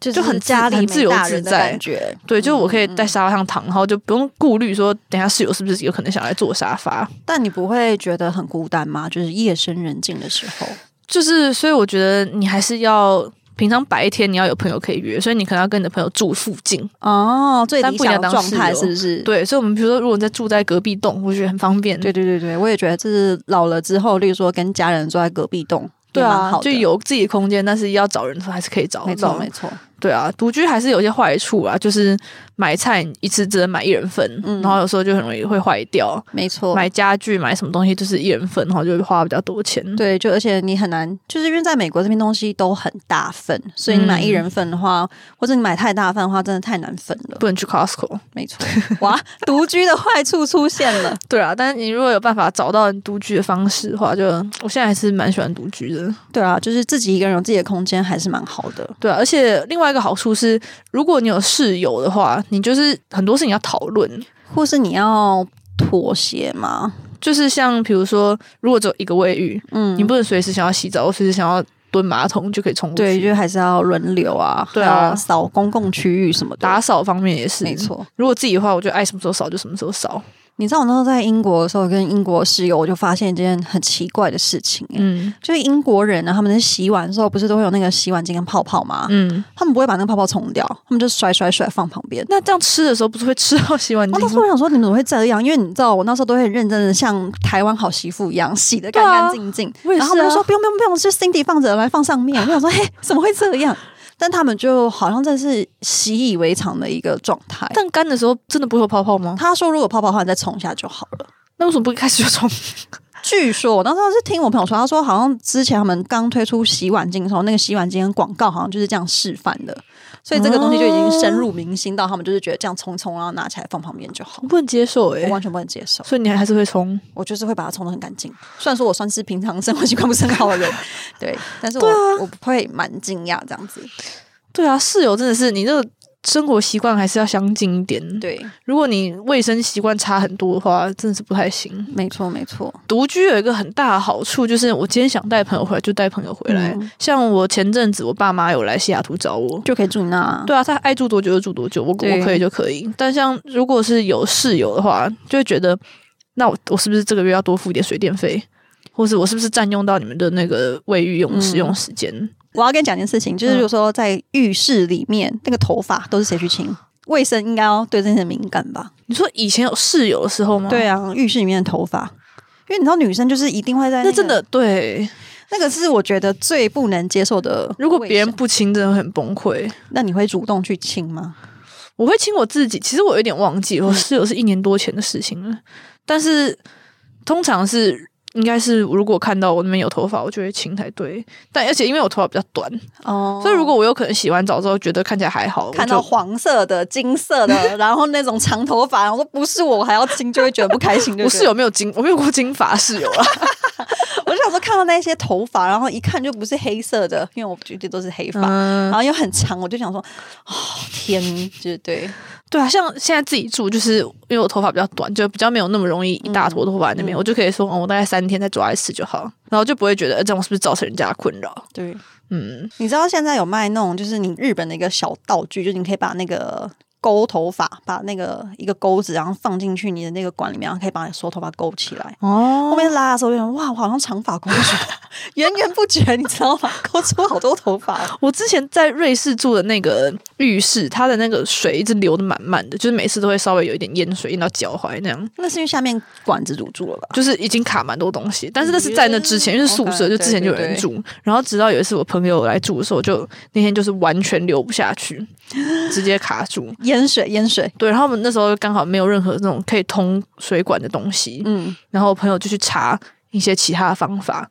S2: 就
S1: 就
S2: 就
S1: 很自
S2: 家里
S1: 很
S2: 没
S1: 自由
S2: 大
S1: 自
S2: 人的
S1: 在
S2: 感觉。
S1: 对，就我可以
S2: 嗯嗯
S1: 在沙发上躺，然后就不用顾虑说，等一下室友是不是有可能想来坐沙发。
S2: 但你不会觉得很孤单吗？就是夜深人静的时候，
S1: 就是，所以我觉得你还是要平常白天你要有朋友可以约，所以你可能要跟你的朋友住附近。
S2: 哦，最
S1: 但
S2: 理
S1: 不一定
S2: 想
S1: 要当
S2: 的状
S1: 室
S2: 态
S1: 友
S2: 是不是？
S1: 对，所以我们比如说，如果你在住在隔壁栋，我觉得很方便。
S2: 嗯对对啊对对，我也觉得这是老了之后，例如说跟家人住在隔壁栋，
S1: 对
S2: 也蛮
S1: 啊
S2: 好，的
S1: 就有自己的空间，但是要找人的时候还是可以找
S2: 没
S1: 得
S2: 错
S1: 到。
S2: 没错，
S1: 对啊，独居还是有一些坏处啊，就是买菜一次只能买一人份，
S2: 嗯
S1: 然后有时候就很容易会坏掉。
S2: 没错。
S1: 买家具、买什么东西就是一人份，然后就会花比较多钱。
S2: 对，就而且你很难，就是因为在美国这边东西都很大份，所以你买一
S1: 嗯
S2: 人份的话，或者你买太大份的话，真的太难分了。
S1: 不能去 Costco。
S2: 没错，哇，独居的坏处出现了。
S1: 对啊，但是你如果有办法找到独居的方式的话，就嗯我现在还是蛮喜欢独居的。
S2: 对啊，就是自己一个人有自己的空间还是蛮好的。
S1: 对啊，而且另外一个好处是，如果你有室友的话，你就是很多事情要讨论。
S2: 或是你要妥协嘛？
S1: 就是像比如说，如果只有一个卫浴，
S2: 嗯，
S1: 你不能随时想要洗澡，或随时想要蹲马桶就可以冲过去。
S2: 对，就还是要轮流啊，
S1: 对啊
S2: 还要扫公共区域什么的。
S1: 打扫方面也是。
S2: 没，错，
S1: 如果自己的话，我就爱什么时候扫就什么时候扫。
S2: 你知道我那时候在英国的时候，跟英国室友，我就发现一件很奇怪的事情、欸，
S1: 嗯
S2: 就是英国人啊呢，他们在洗碗的时候，不是都会有那个洗碗巾跟泡泡吗？
S1: 嗯，
S2: 他们不会把那个泡泡冲掉，他们就甩甩甩放旁边。
S1: 那这样吃的时候不是会吃到洗碗
S2: 我
S1: 巾
S2: 当哦时
S1: 吗
S2: 我？想说，你们怎么会这样？因为你知道，我那时候都会很认真的，像台湾好媳妇一样，洗的干
S1: 啊
S2: 干净净。
S1: 我也
S2: 然后
S1: 是
S2: 他们
S1: 啊
S2: 就说不用不用不用，是 Cindy 放着来放
S1: [LAUGHS]
S2: 上面。我想说，嘿，怎么会这样？但他们就好像真的是习以为常的一个状态。
S1: 但干的时候真的不会有泡泡吗？
S2: 他说，如果泡泡的话，你再冲一下就好了。
S1: 那为什么不一开始就冲？
S2: 据说我当时是听我朋友说，他说好像之前他们刚推出洗碗巾的时候，那个洗碗巾跟广告好像就是这样示范的，所以这个东西就已经深入民心到他们就是觉得这样冲冲，然后拿起来放旁边就好
S1: [LAUGHS] 我。不能接受哎、
S2: 我完全不能接受，
S1: 所以你还是会冲。
S2: 我就是会把它冲得很干净。虽然说我算是平常生活习惯不是很好的人，对，但是
S1: 啊
S2: 我、我不会蛮惊讶这样子。
S1: 对啊，室友真的是你这个生活习惯还是要相近一点。，
S2: 对，
S1: 如果你卫生习惯差很多的话，真的是不太行。
S2: 没错没错。
S1: 独居有一个很大的好处，就是我今天想带朋友回来就带朋友回来。
S2: 嗯
S1: 像我前阵子我爸妈有来西雅图找我，
S2: 就可以住你那、啊，
S1: 对啊，他爱住多久就住多久，我
S2: 对
S1: 我可以就可以。但像如果是有室友的话，就会觉得，那我我是不是这个月要多付一点水电费，或是我是不是占用到你们的那个卫浴用使
S2: 嗯
S1: 用时间？
S2: 我要跟你讲件事情，就是如果说在浴室里面，那个头发都是谁去清？卫生应该要对这件事敏感吧？
S1: 你说以前有室友的时候吗？
S2: 对啊，浴室里面的头发，因为你知道女生就是一定会在、那
S1: 那
S2: 个
S1: 真的对，
S2: 那个是我觉得最不能接受的。
S1: 如果别人，不亲，真的会很崩溃。
S2: 那你会主动去亲吗？
S1: 我会亲我自己，其实我有点忘记，
S2: 嗯
S1: 我室友是一年多前的事情了。但是通常是应该是，如果看到我那边有头发，我就会亲才对。但而且因为我头发比较短，
S2: 哦
S1: 所以如果我有可能洗完澡之后觉得看起来还好，
S2: 看到
S1: 我就
S2: 黄色 [LAUGHS] 的、金色的，然后那种长头发，然后说不是我，我还要亲，就会觉得不开心。对
S1: 我
S2: [LAUGHS] 不对哦
S1: 室友，没有金，我没有过金发室友啊。
S2: 我就想说看到那些头发，然后一看就不是黑色的，因为我觉得都是黑发，然后又很长，我就想说，哦天，就是对，
S1: [LAUGHS] 对啊，像现在自己住，就是因为我头发比较短，就比较没有那么容易一
S2: 嗯
S1: 大坨头发在那边，我就可以说，哦，我大概三天再抓一次就好，然后就不会觉得呃这样是不是造成人家的困扰。
S2: 对，
S1: 嗯，
S2: 你知道现在有卖那种，就是你日本的一个小道具，就是你可以把那个勾头发，把那个一个钩子，然后放进去你的那个管里面，然后可以把你所有头发勾起来。
S1: 哦
S2: 后面拉的时候，我就想哇，我好像长发公主，源源不绝，你知道吗？勾出好多头发。
S1: 我之前在瑞士住的那个浴室，它的那个水一直流的满满的，就是每次都会稍微有一点淹水，淹到脚踝那样，
S2: 那是因为下面管子堵住了吧？
S1: 就是已经卡蛮多东西。但是那是在那之前，因为是宿舍，
S2: 嗯
S1: 就之前就有人住。然后直到有一次我朋友来住的时候，我就那天就是完全流不下去，直接卡住。
S2: 淹水，淹水。
S1: 对，然后我们那时候刚好没有任何那种可以通水管的东西，
S2: 嗯，
S1: 然后我朋友就去查一些其他的方法，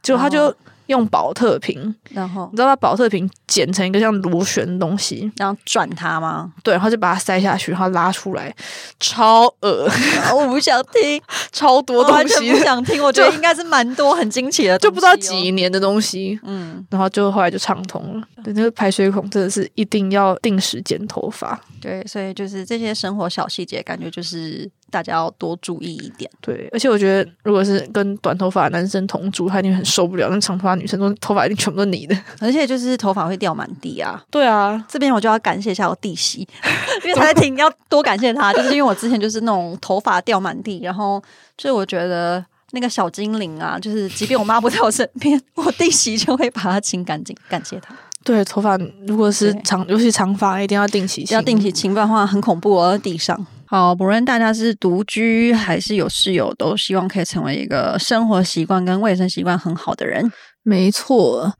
S1: 结果他就
S2: 哦
S1: 用保特瓶，
S2: 然后
S1: 你知道把保特瓶剪成一个像螺旋的东西，
S2: 然后转它 [LAUGHS] 吗？
S1: 对，然后就把它塞下去，然后拉出来，超恶， [LAUGHS]
S2: 啊我不想听，
S1: 超多
S2: 我完
S1: 东
S2: 哦全
S1: 西
S2: 不，想听。我觉得应该是蛮多很惊奇的东西哦，
S1: 就不知道几年的东西，
S2: 嗯，
S1: 然后就后来就畅通了。对，那个排水孔真的是一定要定时剪头发，
S2: 对，所以就是这些生活小细节，感觉就是大家要多注意一点。
S1: 对，而且我觉得，如果是跟短头发的男生同住，他一定很受不了；跟长头发女生都头发一定全部都是你的。
S2: 而且就是头发会掉满地啊。
S1: 对啊，
S2: 这边我就要感谢一下我弟媳， [LAUGHS] 因为他在听，要多感谢他，就是因为我之前就是那种头发掉满地，然后就是我觉得那个小精灵啊，就是即便我妈不在我身边，我弟媳就会把它清干净，感谢他。
S1: 对，头发如果是
S2: 对
S1: 长，尤其长发，一定要定期
S2: 要定
S1: 期。
S2: 期清，不然的话很恐怖哦，在地上。好，不论大家是独居还是有室友，都希望可以成为一个生活习惯跟卫生习惯很好的人。
S1: 没错。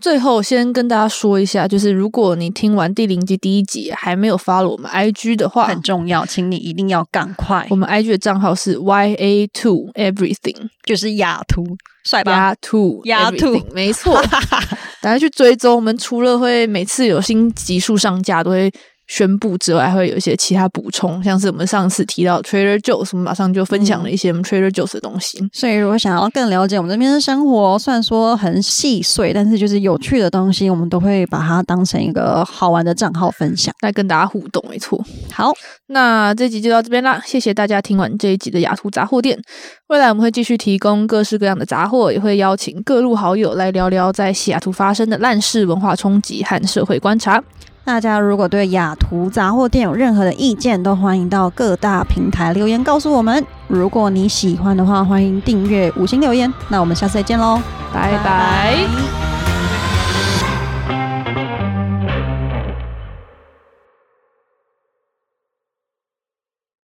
S1: 最后先跟大家说一下，就是如果你听完第零集第一集还没有发了我们 IG 的话，
S2: 很重要，请你一定要赶快
S1: 我，们 IG 的账号是 ya two everything
S2: 就是雅图，帅吧？
S1: ya two
S2: Ya two
S1: everything，没错，大家去追踪。我们除了会每次有新集数上架都会宣布之外，还会有一些其他补充，像是我们上次提到 Trader Joe's，我们马上就分享了一些我们 Trader Joe's 的东西。
S2: 所以，如果想要更了解我们这边的生活，虽然说很细碎，但是就是有趣的东西，我们都会把它当成一个好玩的账号分享。
S1: 来跟大家互动，没错。
S2: 好，
S1: 那这集就到这边啦，谢谢大家听完这一集的雅图杂货店。未来我们会继续提供各式各样的杂货，也会邀请各路好友来聊聊在西雅图发生的烂事、文化冲击和社会观察。
S2: 大家如果对雅图杂货店有任何的意见，都欢迎到各大平台留言告诉我们。如果你喜欢的话，欢迎订阅、五星留言。那我们下次再见喽，
S1: 拜拜。
S2: 拜